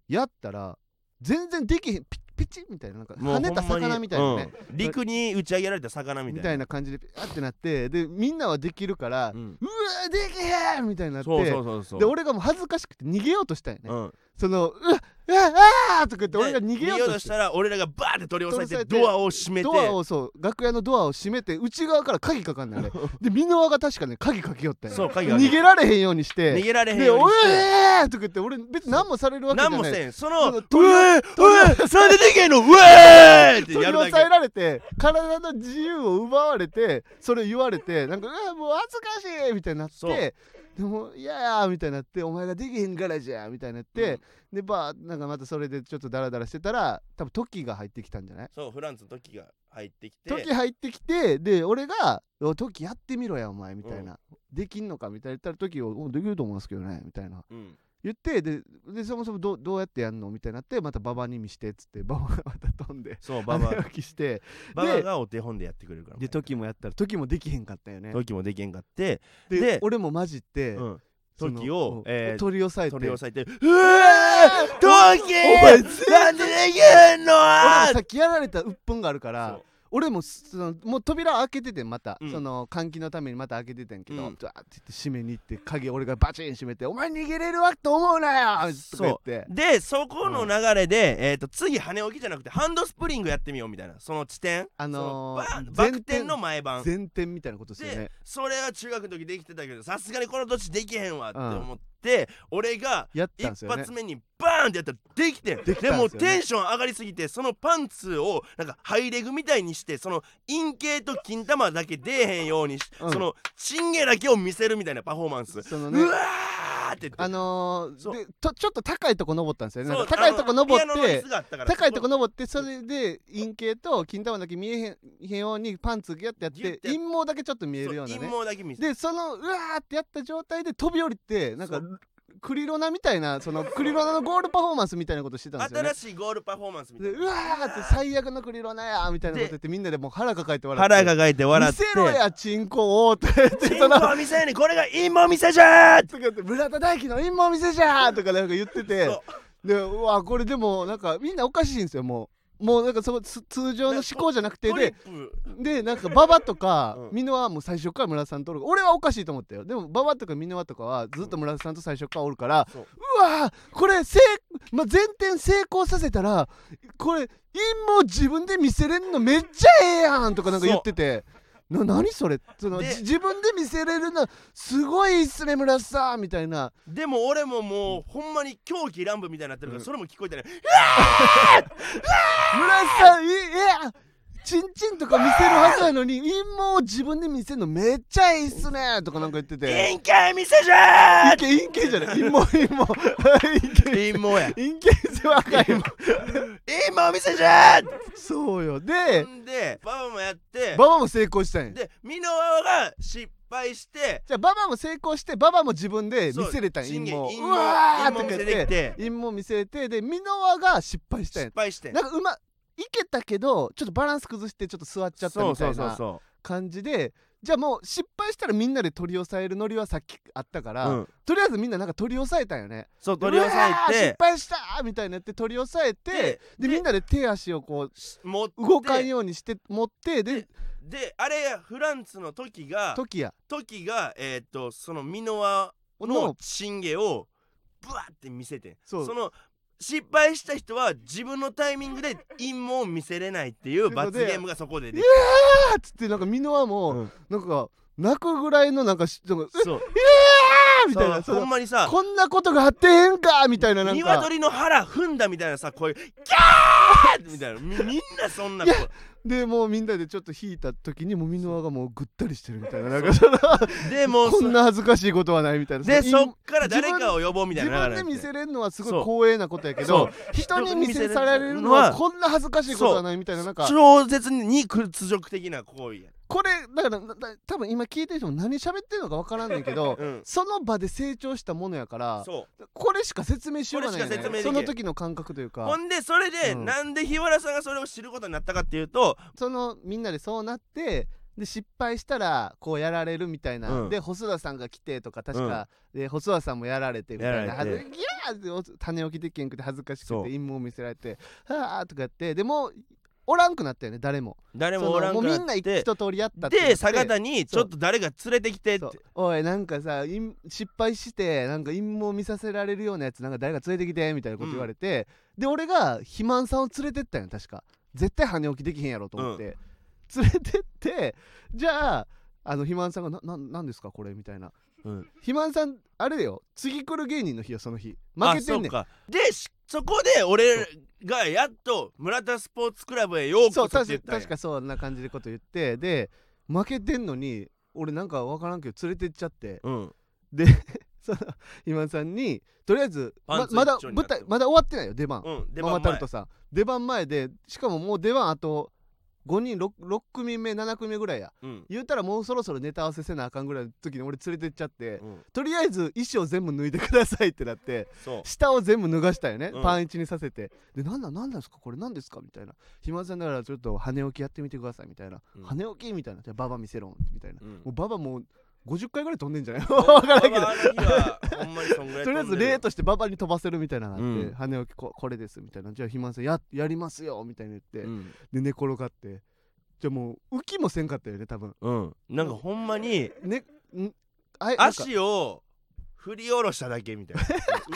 Speaker 2: やったら全然できへんピッピチみたいななんか
Speaker 1: もう
Speaker 2: 跳ねた
Speaker 1: ほんまに
Speaker 2: 魚みたいなね、
Speaker 1: うん陸に打ち上げられた魚み
Speaker 2: み
Speaker 1: たいな
Speaker 2: たいな感じでピャーってなってでみんなはできるから、
Speaker 1: う
Speaker 2: うわ
Speaker 1: ん、
Speaker 2: ーできへんみたいになって
Speaker 1: そうそうそうそう
Speaker 2: で俺がもう恥ずかしくて逃げようとしたよね、
Speaker 1: うん、
Speaker 2: そのうわうわあーとか言っ
Speaker 1: で
Speaker 2: て俺が逃げようとして
Speaker 1: たら俺らがバーって取り押さえて
Speaker 2: 取り
Speaker 1: ド
Speaker 2: 押
Speaker 1: アを閉めて
Speaker 2: ドアをそう楽屋のドアを閉めて内側から鍵かかんないで箕輪が確かね鍵かけよったよ
Speaker 1: そう鍵が
Speaker 2: 逃げられへんようにして
Speaker 1: 逃げられへん
Speaker 2: で「
Speaker 1: ように
Speaker 2: お
Speaker 1: して
Speaker 2: えー!」とか言って俺別に何もされるわけじゃ
Speaker 1: 何
Speaker 2: ない
Speaker 1: もせんその
Speaker 2: そうの
Speaker 1: え
Speaker 2: 取
Speaker 1: ー
Speaker 2: り
Speaker 1: うえーそれででけんのうえーって
Speaker 2: 取り
Speaker 1: やる
Speaker 2: 押
Speaker 1: だ
Speaker 2: さえ
Speaker 1: け
Speaker 2: られて体の自由を奪われてそれ言われてなんか「うわもう恥ずかしい!」みたいになっ
Speaker 1: そう
Speaker 2: てでも「いやー」みたいになって「お前ができへんからじゃ」みたいになって、でバーなんかまたそれでちょっとダラダラしてたら多分トキが入ってきたんじゃない
Speaker 1: そうフランスの時が入ってきて
Speaker 2: トキ入ってきてで俺が「おトキやってみろやお前」みたいな、できんのか?」みたいな言ったらトキを「おできると思いますけどね」みたいな
Speaker 1: うん
Speaker 2: 言ってででそもそもどうどうやってやんのみたいになってまたババに見してっつってババがまた飛んで
Speaker 1: そうバ
Speaker 2: ババ
Speaker 1: バ
Speaker 2: 起きして
Speaker 1: ババがお手本でやってくれるから
Speaker 2: で時もやったら時もできへんかったよね
Speaker 1: 時もでけんかって
Speaker 2: で
Speaker 1: で
Speaker 2: 俺も混じって、
Speaker 1: うん
Speaker 2: その
Speaker 1: 時を
Speaker 2: うん
Speaker 1: えー
Speaker 2: 取り押さえて
Speaker 1: 取り押さえてうえー
Speaker 2: お
Speaker 1: トキ
Speaker 2: 前全
Speaker 1: なんででけんの
Speaker 2: 俺もさっきやられた鬱憤があるから
Speaker 1: そ
Speaker 2: 俺もそのもう扉開けててんまた、
Speaker 1: うん
Speaker 2: その換気のためにまた開けててんけ
Speaker 1: う
Speaker 2: ど、うんわーって言って閉めに行って鍵俺がバチン閉めて「お前逃げれるわと思うなよ!」とか言って
Speaker 1: うでそこの流れで、えー、と次羽置きじゃなくてハンドスプリングやってみようみたいなその地点
Speaker 2: あのー
Speaker 1: そのバーン
Speaker 2: 前
Speaker 1: バク転の前盤
Speaker 2: 前転みたいなことですよ
Speaker 1: で
Speaker 2: ね
Speaker 1: それは中学の時できてたけどさすがにこの年できへんわって思って、俺が
Speaker 2: やったんです
Speaker 1: 一
Speaker 2: よね
Speaker 1: 発目にバーンってやったらできてん
Speaker 2: できたんすよね
Speaker 1: もうテンション上がりすぎてそのパンツをなんかハイレグみたいにしてその陰茎と金玉だけ出えへんようにし、
Speaker 2: うん
Speaker 1: そのチンゲだけを見せるみたいなパフォーマンス、
Speaker 2: そのね
Speaker 1: うわーって言って
Speaker 2: あの
Speaker 1: そ
Speaker 2: ー、
Speaker 1: う
Speaker 2: でとちょっと高いとこ登ったんですよね
Speaker 1: そ
Speaker 2: なん
Speaker 1: う
Speaker 2: か高いとこ登
Speaker 1: あの
Speaker 2: っ
Speaker 1: ピアノの椅
Speaker 2: て
Speaker 1: 子があったから
Speaker 2: 高いとこ登ってそれで陰茎と金玉だけ見えへんへんようにパンツギュッてやっ
Speaker 1: ギュッ
Speaker 2: て
Speaker 1: てやっ
Speaker 2: 陰毛だけちょっと見えるような
Speaker 1: そう
Speaker 2: ね
Speaker 1: 陰毛だけ見せ
Speaker 2: でそのうわーってやった状態で飛び降りてなんかクリロナみたいなそのクリロナのゴールパフォーマンスみたいなことしてたんですよね
Speaker 1: 新しいゴールパフォーマンスみた
Speaker 2: で
Speaker 1: いうな
Speaker 2: わーって最悪のクリロナやーみたいなこと言ってみんなでもう腹抱えて笑って
Speaker 1: 腹抱えて笑って
Speaker 2: 見せろやチンコをって言って
Speaker 1: チン
Speaker 2: その
Speaker 1: コ見せにこれが陰謀見せじゃーって
Speaker 2: とか言って村田大樹の陰謀見せじゃーとかなんか言ってて
Speaker 1: そう
Speaker 2: でうわこれでもなんかみんなおかしいんですよもうもうなんかそのつ通常の思考じゃなくて
Speaker 1: トリ
Speaker 2: で
Speaker 1: ップ
Speaker 2: でなんか馬場と か
Speaker 1: うん
Speaker 2: 箕輪はもう最初から村田さんとおる俺はおかしいと思ったよでも馬場とか箕輪とかはずっと村田さんと最初からおるから
Speaker 1: そう
Speaker 2: うわーこれせい、まあ、前転成功させたらこれ陰謀自分で見せれんのめっちゃええやんとかなんか言ってて。な何それその
Speaker 1: で
Speaker 2: じ自分で見せれるのすごいっすね村田さんみたいな
Speaker 1: でも俺ももうほんまに狂気乱舞みたいになってるから、
Speaker 2: うん
Speaker 1: それも聞こえてない
Speaker 2: 村井さんいいやチンチンとか見せるはずなのに陰謀を自分で見せるのめっちゃいいっすねとかなんか言っ
Speaker 1: 「
Speaker 2: てて
Speaker 1: 陰茎見せじゃ
Speaker 2: 陰茎陰茎じゃない陰謀陰謀 陰
Speaker 1: ー!」
Speaker 2: 茎
Speaker 1: 陰謀や
Speaker 2: 陰茎じゃ若いも
Speaker 1: 陰謀見せじゃー
Speaker 2: そうよで
Speaker 1: んでババもやって
Speaker 2: ババも成功したんや
Speaker 1: でミノワが失敗して
Speaker 2: じゃあババも成功してババも自分で見せれたん
Speaker 1: そう
Speaker 2: 陰謀
Speaker 1: チンゲ
Speaker 2: うわー
Speaker 1: 陰謀
Speaker 2: とか
Speaker 1: 見せ
Speaker 2: 言
Speaker 1: て
Speaker 2: っ
Speaker 1: き
Speaker 2: て
Speaker 1: て
Speaker 2: 陰謀見せてで箕輪が失敗したんや
Speaker 1: 失敗してん
Speaker 2: なんかうまいけたけどちょっとバランス崩してちょっと座っちゃった
Speaker 1: そう
Speaker 2: みた
Speaker 1: そ
Speaker 2: いう
Speaker 1: そう
Speaker 2: な
Speaker 1: そ
Speaker 2: 感じでじゃあもう失敗したらみんなで取り押さえるノリはさっきあったから、
Speaker 1: う、うん、
Speaker 2: とりあえずみんななんか取り押さえたんよね
Speaker 1: そう取り押さ
Speaker 2: うわー失
Speaker 1: えて
Speaker 2: 敗したーみたいになって取り押さえてで
Speaker 1: で
Speaker 2: みんなで手足をこ
Speaker 1: し持って
Speaker 2: う動かんようにして持ってで
Speaker 1: であれやフランツの時が
Speaker 2: 時や
Speaker 1: 時がえーっとそのミノワの
Speaker 2: の
Speaker 1: チンゲをブワって見せてん
Speaker 2: そう
Speaker 1: その失敗した人は自分のタイミングで陰謀を見せれないっていう罰ゲームがそこででき
Speaker 2: あっつってなんか箕輪も、
Speaker 1: うん
Speaker 2: なんか泣くぐらいのなんかしなんかうわ
Speaker 1: たそう
Speaker 2: ー みたいなそ
Speaker 1: そうほ
Speaker 2: の
Speaker 1: んまにさ
Speaker 2: こんなことがあってへんかーみたいななんか
Speaker 1: 鶏の腹踏んだみたいなさこういうギャーみたいなみみんなそんなこ
Speaker 2: でもうみんなでちょっと引いた時にもう箕輪がもうぐったりしてるみたいななんかそ
Speaker 1: う
Speaker 2: の
Speaker 1: でもう
Speaker 2: こんな恥ずかしいことはないみたいな
Speaker 1: で
Speaker 2: の
Speaker 1: そっから誰かを呼ぼうみたい
Speaker 2: 自
Speaker 1: な流れ
Speaker 2: 分で
Speaker 1: にな
Speaker 2: 見
Speaker 1: って
Speaker 2: せれるのはすごい
Speaker 1: そう
Speaker 2: 光栄なことやけど人に見せられるのはこんな恥ずかしいことはないみたいななんか
Speaker 1: 超絶に屈辱的な行為や、
Speaker 2: これだからなな多分今聞いてる人も何喋ってるのか分からんねんけ ど
Speaker 1: うん、
Speaker 2: その場で成長したものやから
Speaker 1: そう
Speaker 2: これしか説明しようがないよ
Speaker 1: これしか説明
Speaker 2: ね
Speaker 1: でき
Speaker 2: そ
Speaker 1: ん
Speaker 2: の時の感覚という
Speaker 1: ほ
Speaker 2: か
Speaker 1: んでそれで、
Speaker 2: うん
Speaker 1: なんで日原さんがそれを知ることになったかっていうと
Speaker 2: そのみんなでそうなってで失敗したらこうやられるみたいな、
Speaker 1: うん
Speaker 2: で細田さんが来てとか確か、で細田さんもやられてみたい
Speaker 1: や
Speaker 2: な
Speaker 1: られて
Speaker 2: はずギャーってお種をきでけんくて恥ずかしくて
Speaker 1: そう
Speaker 2: 陰謀を見せられてはあとかやってでもおらんくなったよね誰も
Speaker 1: 誰も
Speaker 2: その
Speaker 1: おらんく
Speaker 2: もう
Speaker 1: な
Speaker 2: みんな
Speaker 1: っ
Speaker 2: 一
Speaker 1: て
Speaker 2: 一通りやったってなって
Speaker 1: で坂田にちょっと誰か連れてきてって
Speaker 2: そうおいなんかさ陰失敗してなんか陰謀見させられるようなやつなんか誰か連れてきてみたいなこと言われて、で俺が肥満さんを連れてったんよ確か絶対跳ね起きできへんやろと思って、連れてってじゃああの肥満さんがなななんですかこれみたいな
Speaker 1: うん
Speaker 2: 肥満さんあれよ次来る芸人の日よその日負
Speaker 1: あ
Speaker 2: けて
Speaker 1: そ
Speaker 2: ん
Speaker 1: う
Speaker 2: ねん
Speaker 1: かでしそこで俺がやっと村田スポーツクラブへよう
Speaker 2: そう
Speaker 1: こそって言っ
Speaker 2: 確か
Speaker 1: たんや
Speaker 2: 確かそんな感じでこと言ってで負けてんのに俺なんか分からんけど連れてっちゃって
Speaker 1: うん
Speaker 2: その今田さんにとりあえず
Speaker 1: パン
Speaker 2: ま
Speaker 1: ツ
Speaker 2: まだ
Speaker 1: 一丁にな
Speaker 2: 舞
Speaker 1: っても
Speaker 2: 台まだ終わってないよ出番、
Speaker 1: うんで
Speaker 2: マ
Speaker 1: まあ
Speaker 2: マタルトさん出番前でしかももう出番あと5人 6, 六組目7組目ぐらいや
Speaker 1: うん
Speaker 2: 言うたらもうそろそろネタ合わせせなあかんぐらいの時に俺連れてっちゃって、
Speaker 1: うん
Speaker 2: とりあえず衣装全部脱いでくださいってなって
Speaker 1: そう
Speaker 2: 下を全部脱がしたよね、
Speaker 1: うん
Speaker 2: パンイチにさせてでなんだなんなんですかこれなんですかみたいな暇さんだからちょっと羽起きやってみてくださいみたいな、
Speaker 1: うん
Speaker 2: 羽起きみたいなじゃあババ見せろみたいな、
Speaker 1: うん
Speaker 2: もうババもう50回ぐらい飛んでんじゃない わからんけど
Speaker 1: まああの日はほんまにそんぐらい
Speaker 2: とりあえず例としてババに飛ばせるみたいなのがあって、
Speaker 1: うん
Speaker 2: 羽置きここれですみたいなじゃあ肥満さんややりますよみたいな言って、
Speaker 1: うん
Speaker 2: で寝転がってじゃあもう浮きもせんかったよね多分
Speaker 1: うんなんかほんまに
Speaker 2: ねんあえなんか
Speaker 1: 足を振り下ろしただけみたいな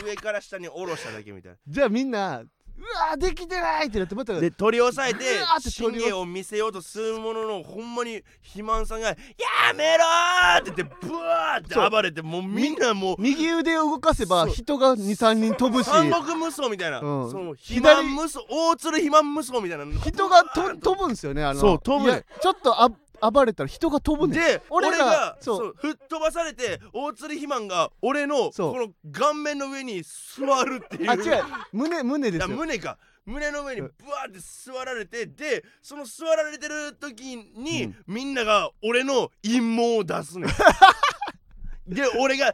Speaker 1: 上から下に下ろしただけみたい
Speaker 2: じゃあみんなうわーできてないってなってまた
Speaker 1: なで取り押さえて
Speaker 2: ぐわーって取り
Speaker 1: 神
Speaker 2: 押
Speaker 1: 経を見せようとするもののほんまに肥満さんが「やめろ!」って言ってブワーって暴れてもうみんなもう
Speaker 2: 右腕を動かせば
Speaker 1: そう
Speaker 2: 人が23人飛ぶし
Speaker 1: 三国無双みたいな、
Speaker 2: うん
Speaker 1: その肥
Speaker 2: 左
Speaker 1: 満無双大鶴肥満無双みたいな
Speaker 2: 人がと飛ぶんですよねあの
Speaker 1: そう飛ぶね
Speaker 2: いやちょっとあ暴れたら人が飛ぶね
Speaker 1: で俺
Speaker 2: 俺
Speaker 1: が
Speaker 2: が
Speaker 1: そ
Speaker 2: そうう
Speaker 1: 吹っ飛ばされて大鶴肥満が俺のこ
Speaker 2: そう
Speaker 1: の顔面の上に座るっていう
Speaker 2: あ違う胸胸で
Speaker 1: だ
Speaker 2: す
Speaker 1: から
Speaker 2: よ
Speaker 1: 胸か胸の上に
Speaker 2: う
Speaker 1: ブ
Speaker 2: ん
Speaker 1: ワーって座られてでその座られてる時に、
Speaker 2: うん
Speaker 1: みんなが俺の陰謀を出すね んで俺が「いや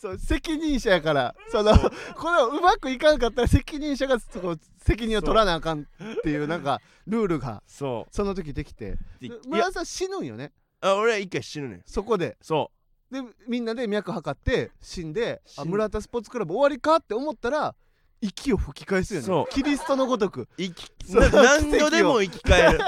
Speaker 2: そう責任者やからその これをうまくいかんかったら責任者がそこ責任を取らなあかんっていうなんかルールが
Speaker 1: そ
Speaker 2: その時できて
Speaker 1: う」い
Speaker 2: 村
Speaker 1: や
Speaker 2: 田さん死ぬんよね
Speaker 1: あ俺は一回死ぬねん
Speaker 2: そこで
Speaker 1: そ
Speaker 2: でみんなで脈測って死んで
Speaker 1: 死ん
Speaker 2: あ村田スポーツクラブ終わりかって思ったら息を吹き返すよ
Speaker 1: そ
Speaker 2: ね
Speaker 1: う
Speaker 2: キリストのごとく
Speaker 1: う生き
Speaker 2: そう
Speaker 1: な何
Speaker 2: 奇跡
Speaker 1: 度
Speaker 2: を
Speaker 1: でも生き返る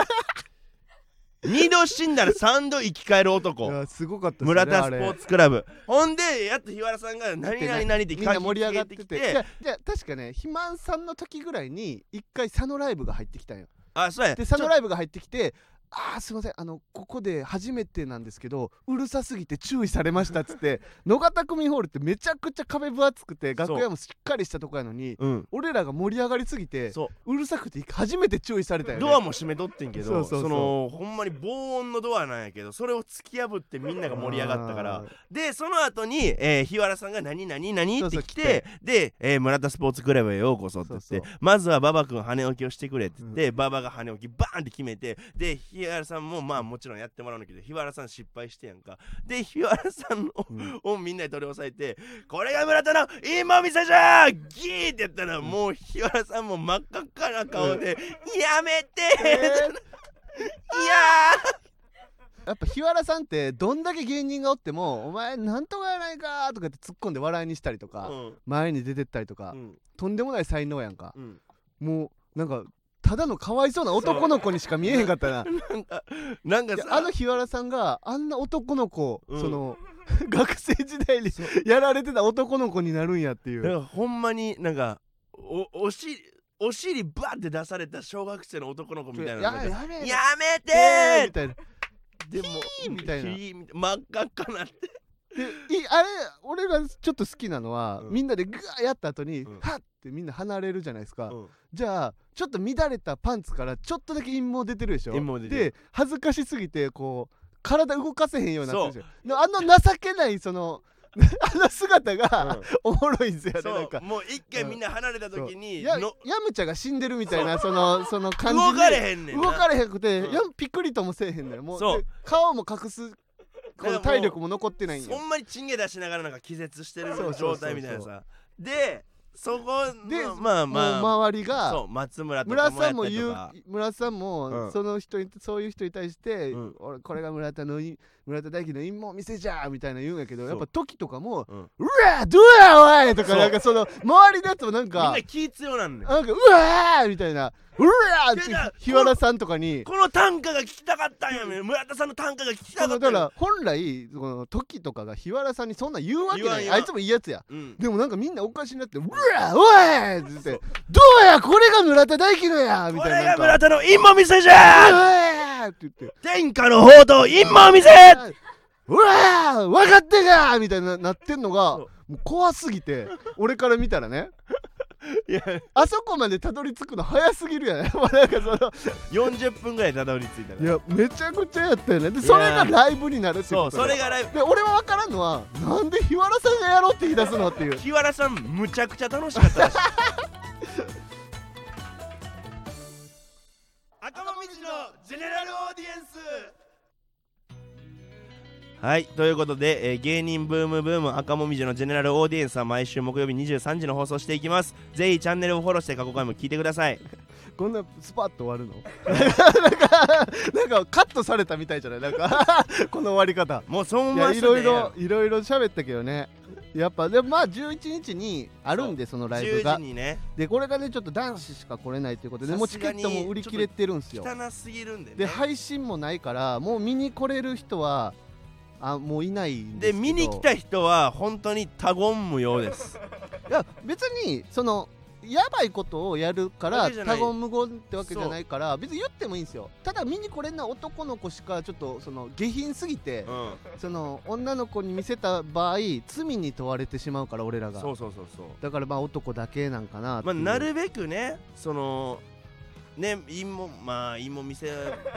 Speaker 1: 二度死んだら三度生き返る
Speaker 2: い
Speaker 1: 男
Speaker 2: やすごかったですね
Speaker 1: 村田
Speaker 2: あ
Speaker 1: スポ
Speaker 2: れ
Speaker 1: ーツクラブほんでやっと日原さんが「何々何」って
Speaker 2: みんな盛り上がってて
Speaker 1: 書き入れ
Speaker 2: じゃじゃ確かね肥満さんの時ぐらいに一回佐野ライブが入ってきたんよ
Speaker 1: あそうや
Speaker 2: で佐野ライブが入ってきて「あーすいませんあのここで初めてなんですけどうるさすぎて注意されました」っつって 野方区民ホールってめちゃくちゃ壁分厚くて楽屋もしっかりしたとこやのに
Speaker 1: うん
Speaker 2: 俺らが盛り上がりすぎて
Speaker 1: そう
Speaker 2: うるさくて初めて注意されたよね
Speaker 1: ドアも閉めとってんけど
Speaker 2: そうそうそう
Speaker 1: のほんまに防音のドアなんやけどそれを突き破ってみんなが盛り上がったから
Speaker 2: あー
Speaker 1: でその後に、えー日原さんが「何何何?」
Speaker 2: そ
Speaker 1: っ
Speaker 2: う
Speaker 1: て
Speaker 2: そう
Speaker 1: 来てで、えー村田スポーツクラブへようこそ」って言って
Speaker 2: そうそ
Speaker 1: まずは馬場君羽置きをしてくれ」って言って、馬場が羽置きバーンって決めてで日原さんもまあもちろんやってもらうんだけど日原さん失敗してやんかで日原さんを,、
Speaker 2: うん
Speaker 1: をみんなで取り押さえて「これが村田のいいもみせじゃギー!」ってやったら、もう日原さんも真っ赤っかな顔で「やめ て
Speaker 2: えー
Speaker 1: いやー
Speaker 2: やっぱ日原さんってどんだけ芸人がおっても「お前なんとかやないか」とかって突っ込んで笑いにしたりとか、
Speaker 1: うん
Speaker 2: 前に出てったりとか、
Speaker 1: うん
Speaker 2: とんでもない才能やんか
Speaker 1: うん
Speaker 2: もうなんかただのかわいそうな男の子にしか見えへんかったな
Speaker 1: なんかなんか
Speaker 2: いや
Speaker 1: さ
Speaker 2: あの日原さんがあんな男の子、
Speaker 1: うん
Speaker 2: その 学生時代にやられてた男の子になるんやってい
Speaker 1: だか
Speaker 2: う
Speaker 1: らほんまになんかおおしお尻バーって出された小学生の男の 子みたいななんか
Speaker 2: やれ
Speaker 1: やめて
Speaker 2: えーみ
Speaker 1: ー
Speaker 2: たいな
Speaker 1: でも
Speaker 2: ヒーみたいな
Speaker 1: ヒーみたいな真っ赤っかなって
Speaker 2: でいあれ俺がちょっと好きなのは、
Speaker 1: うん
Speaker 2: みんなでグワーやった後に、
Speaker 1: うん
Speaker 2: はっってみんな離れるじゃないですか、
Speaker 1: うん
Speaker 2: じゃあちょっと乱れたパンツからちょっとだけ陰謀出てるでしょ
Speaker 1: 陰謀出てる
Speaker 2: で恥ずかしすぎてこう体動かせへんようになってるでしょであの情けないその あの姿が、 おもろいんですよねなん
Speaker 1: そう
Speaker 2: か
Speaker 1: もう一回みんな離れた時に
Speaker 2: や
Speaker 1: の
Speaker 2: ヤムチャが死んでるみたいなそのその感じ
Speaker 1: 動かれ
Speaker 2: ん
Speaker 1: へんねんな
Speaker 2: 動かれへんくて、
Speaker 1: うん
Speaker 2: やんピクリともせえへんのよもう
Speaker 1: そう
Speaker 2: で顔も隠す
Speaker 1: だから
Speaker 2: こ
Speaker 1: も
Speaker 2: の
Speaker 1: う
Speaker 2: 体力も残ってないんよ
Speaker 1: ほんまにチンゲ出しながらなんか気絶してる
Speaker 2: そうそうそうそう
Speaker 1: 状態みたいなさでそこ
Speaker 2: で
Speaker 1: ままあまあ、
Speaker 2: もう周りが
Speaker 1: そう松村とか
Speaker 2: 村
Speaker 1: もや
Speaker 2: さ
Speaker 1: った
Speaker 2: んも
Speaker 1: り
Speaker 2: 言
Speaker 1: と
Speaker 2: う
Speaker 1: か
Speaker 2: 村さん
Speaker 1: うん
Speaker 2: もその人に、そういう人に対して、
Speaker 1: うん
Speaker 2: 俺これが村田のい村田大輝の陰謀見せじゃーみたいな言うんやけど
Speaker 1: そう
Speaker 2: やっぱ時とかも
Speaker 1: うん
Speaker 2: 「うわーどうやおい!」と
Speaker 1: そ
Speaker 2: か
Speaker 1: う
Speaker 2: なんかその周りのやつもなん
Speaker 1: みんな
Speaker 2: か
Speaker 1: 気強なんだよ
Speaker 2: なんか「うわー!」みたいな「うわー!」
Speaker 1: いやいや
Speaker 2: って日原さんとかに。
Speaker 1: この短歌が聞きたかったんやめ村田さんの短歌が聞き
Speaker 2: そ
Speaker 1: たか
Speaker 2: の
Speaker 1: った
Speaker 2: だ
Speaker 1: ん
Speaker 2: か
Speaker 1: や
Speaker 2: ら本来この時とかが日原さんにそんな言うわけ
Speaker 1: 言わ
Speaker 2: なんい
Speaker 1: 言わん
Speaker 2: あいつもいいやつや
Speaker 1: うん
Speaker 2: でもなんかみんなおかしになって「うわーおい!」って言って「どうやこれが村田大輝のや!」み
Speaker 1: こ
Speaker 2: たい
Speaker 1: れ
Speaker 2: ななん
Speaker 1: が
Speaker 2: か
Speaker 1: 村田の陰謀見せじゃ
Speaker 2: うわーって言って
Speaker 1: 天下の宝刀陰謀見せ
Speaker 2: うわー分かってんかみたいななってんのが
Speaker 1: そう
Speaker 2: もう怖すぎて俺から見たらね
Speaker 1: いや
Speaker 2: あそこまでたどり着くの早すぎるやね もうなんかそ
Speaker 1: 40分ぐらいでたどり着いた
Speaker 2: のい
Speaker 1: から
Speaker 2: やめちゃくちゃやったよねでそれがライブになるって
Speaker 1: そ
Speaker 2: こ
Speaker 1: う
Speaker 2: と
Speaker 1: それ
Speaker 2: が
Speaker 1: がライブ
Speaker 2: で俺は分からんのはなんで日原さんがやろうって言い出すのっていう
Speaker 1: 日原さんむちゃくちゃ楽しかったらしい 赤もみじのジェネラルオーディエンスはいということで、えー芸人ブームブーム赤もみじのジェネラルオーディエンスは毎週木曜日23時の放送していきますぜひチャンネルをフォローして過去回も聞いてください
Speaker 2: こんなスパッと終わるの なんかなんかカットされたみたいじゃないなんか この終わり方
Speaker 1: もうそう
Speaker 2: い
Speaker 1: ま
Speaker 2: や
Speaker 1: す
Speaker 2: い
Speaker 1: ね
Speaker 2: ろいろいろいろ喋ったけどねやっぱでもまあ11日にあるんでそのライブ
Speaker 1: 10
Speaker 2: が
Speaker 1: 時にね
Speaker 2: でこれがねちょっと男子しか来れないということで
Speaker 1: さすがに
Speaker 2: もうチケットも売り切れてるんすよ
Speaker 1: 汚すぎるんでね
Speaker 2: で配信もないからもう見に来れる人はあもういないん
Speaker 1: で
Speaker 2: ですけど
Speaker 1: 見に来た人は本当に他言無用 です
Speaker 2: いや別にそのやばいことをやるか
Speaker 1: わ
Speaker 2: ら
Speaker 1: けじゃない
Speaker 2: 他言無言ってわけじゃないから別に言ってもいいんですよただ見に来れんな男の子しかちょっとその下品すぎて
Speaker 1: うん
Speaker 2: その女の子に見せた場合罪に問われてしまうから俺らが
Speaker 1: そうそうそうそう
Speaker 2: だからまあ男だけなんかなって
Speaker 1: ま
Speaker 2: い
Speaker 1: あ、
Speaker 2: う
Speaker 1: なるべくねそのね陰もまあ陰も見せ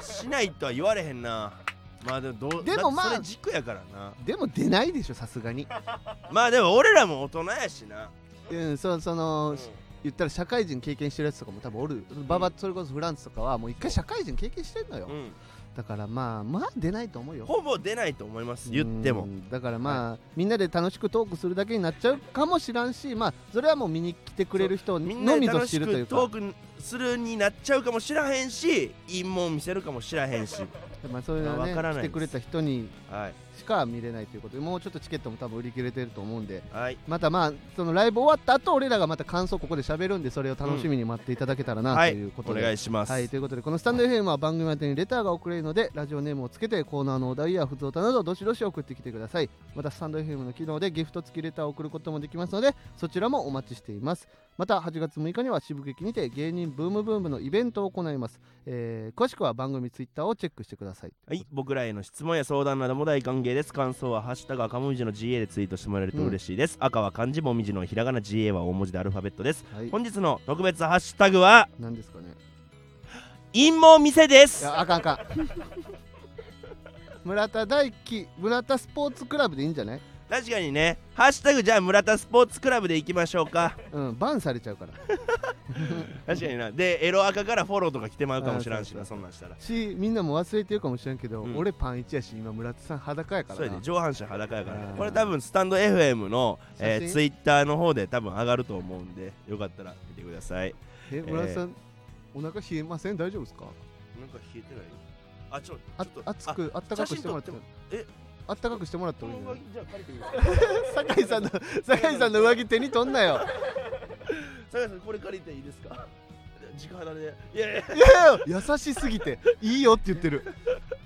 Speaker 1: しないとは言われへんなまあでもどう
Speaker 2: でもまあ
Speaker 1: だってそれ軸やからな
Speaker 2: でも出ないでしょさすが に
Speaker 1: まあでも俺らも大人やしな、
Speaker 2: うんそその、
Speaker 1: うん
Speaker 2: 言ったら社会人経験してるやつとかも多分おるババそれこそフランスとかはもう一回社会人経験してんのよ、
Speaker 1: うん
Speaker 2: だからまあまあ出ないと思うよ
Speaker 1: ほぼ出ないと思います言って
Speaker 2: う
Speaker 1: も
Speaker 2: んだからまあ、みんなで楽しくトークするだけになっちゃうかもしらんしまあそれはもう見に来てくれる人
Speaker 1: みんな
Speaker 2: の
Speaker 1: で
Speaker 2: みぞ
Speaker 1: 楽
Speaker 2: 知
Speaker 1: し
Speaker 2: るとい
Speaker 1: く
Speaker 2: う
Speaker 1: ト
Speaker 2: か
Speaker 1: ークするになっちゃうかもしらへんし陰謀見せるかもしらへん し
Speaker 2: まあそういうのは
Speaker 1: わ
Speaker 2: ね
Speaker 1: からない
Speaker 2: 来
Speaker 1: です
Speaker 2: てくれた人に
Speaker 1: はい
Speaker 2: しか見れないということでもうちょっとチケットも多分売り切れてると思うんで
Speaker 1: はい、
Speaker 2: またまあそのライブ終わった後俺らがまた感想ここで喋るんでそれを楽しみに待っていただけたらな、
Speaker 1: はい
Speaker 2: というこ
Speaker 1: お
Speaker 2: とで、
Speaker 1: 願いします、
Speaker 2: はい、ということでこのスタンド FM は番組宛てにレターが送れるのでラジオネームをつけてコーナーのお題や普通歌などどしどし送ってきてくださいまたスタンド FM の機能でギフト付きレターを送ることもできますのでそちらもお待ちしていますまた8月6日には渋劇にて芸人ブームブームのイベントを行います、えー詳しくは番組ツイッターをチェックしてください
Speaker 1: はい、僕らへの質問や相談なども大歓迎です。感想は「ハッシュタグ赤もみじの GA」でツイートしてもらえると嬉しいです。赤は漢字、もみじのひらがな、GA は大文字でアルファベットです。
Speaker 2: はい
Speaker 1: 本日の特別ハッシュタグは、
Speaker 2: 何ですかね
Speaker 1: 陰謀店で
Speaker 2: い
Speaker 1: す
Speaker 2: やあかんあかん 村田大輝村田スポーツクラブでいいんじゃない
Speaker 1: 確かにね、ハッシュタグじゃあ村田スポーツクラブでいきましょうか。
Speaker 2: うんバンされちゃうから
Speaker 1: 確かにな。で、エロ赤からフォローとか来てまうかもしらんしな、
Speaker 2: あ
Speaker 1: そ
Speaker 2: そ
Speaker 1: んなんしたら。
Speaker 2: しみんなも忘れてるかもしれんけど、
Speaker 1: うん
Speaker 2: 俺パン一やし今村田さん裸やか
Speaker 1: そう
Speaker 2: ら
Speaker 1: や
Speaker 2: な
Speaker 1: ね、上半身裸やから
Speaker 2: あー
Speaker 1: これ多分スタンド FM の、え
Speaker 2: 写真
Speaker 1: ツイッター Twitter の方で多分上がると思うんでよかったら見てください
Speaker 2: え村田さん、お腹冷えません大丈夫ですか
Speaker 1: なんか冷えてないあちょ
Speaker 2: あ
Speaker 1: ちょっと
Speaker 2: 熱くあったかくしてもらって
Speaker 1: 写真撮ってもえ
Speaker 2: あったかくしてもらってもいいんじゃ ない
Speaker 1: じゃあ借りてみます
Speaker 2: 酒井さんの 酒井さんの上着手に取んなよ
Speaker 1: 酒井さんこれ借りていいですか直肌でいやいや
Speaker 2: いやいや優しすぎていいよって言ってる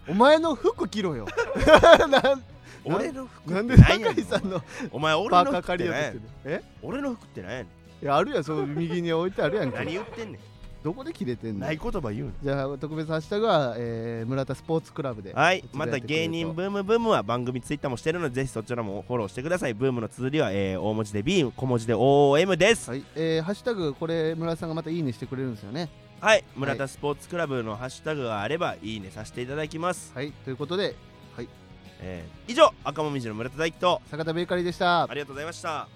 Speaker 2: お前の服着ろよ なん
Speaker 1: 俺の服
Speaker 2: なんで
Speaker 1: って何やね
Speaker 2: 酒井さんの
Speaker 1: お前俺
Speaker 2: パ
Speaker 1: の
Speaker 2: ーカ
Speaker 1: 服
Speaker 2: ー
Speaker 1: って
Speaker 2: 借りよう
Speaker 1: 何や
Speaker 2: とし
Speaker 1: ね
Speaker 2: て
Speaker 1: ん
Speaker 2: るえ
Speaker 1: 俺の服って何やねん
Speaker 2: いやあるやんその右に置いてあるやんけ
Speaker 1: 何言ってんね
Speaker 2: どこで着れてん
Speaker 1: ん
Speaker 2: の
Speaker 1: ない言葉言う
Speaker 2: じゃあ特別ハッシュタグは、えー村田スポーツクラブで
Speaker 1: のはい
Speaker 2: つぶ
Speaker 1: ま
Speaker 2: や
Speaker 1: た
Speaker 2: いてくれる
Speaker 1: 芸
Speaker 2: と
Speaker 1: 人ブームブームは番組ツイッターもしてるのでぜひそちらもフォローしてくださいブームの綴りは、えー大文字で B 小文字で OOM ですは
Speaker 2: はい、えーハッシュタグこれ村田さんがまたいいねしてくれるんですよね。
Speaker 1: い、村田スポーツクラブのハッシュタグがあればいいねさせていただきます、
Speaker 2: はい、ということで
Speaker 1: えー以上赤もみじの村田大樹と
Speaker 2: 坂田ベーカリーでした
Speaker 1: あ。りがとうございました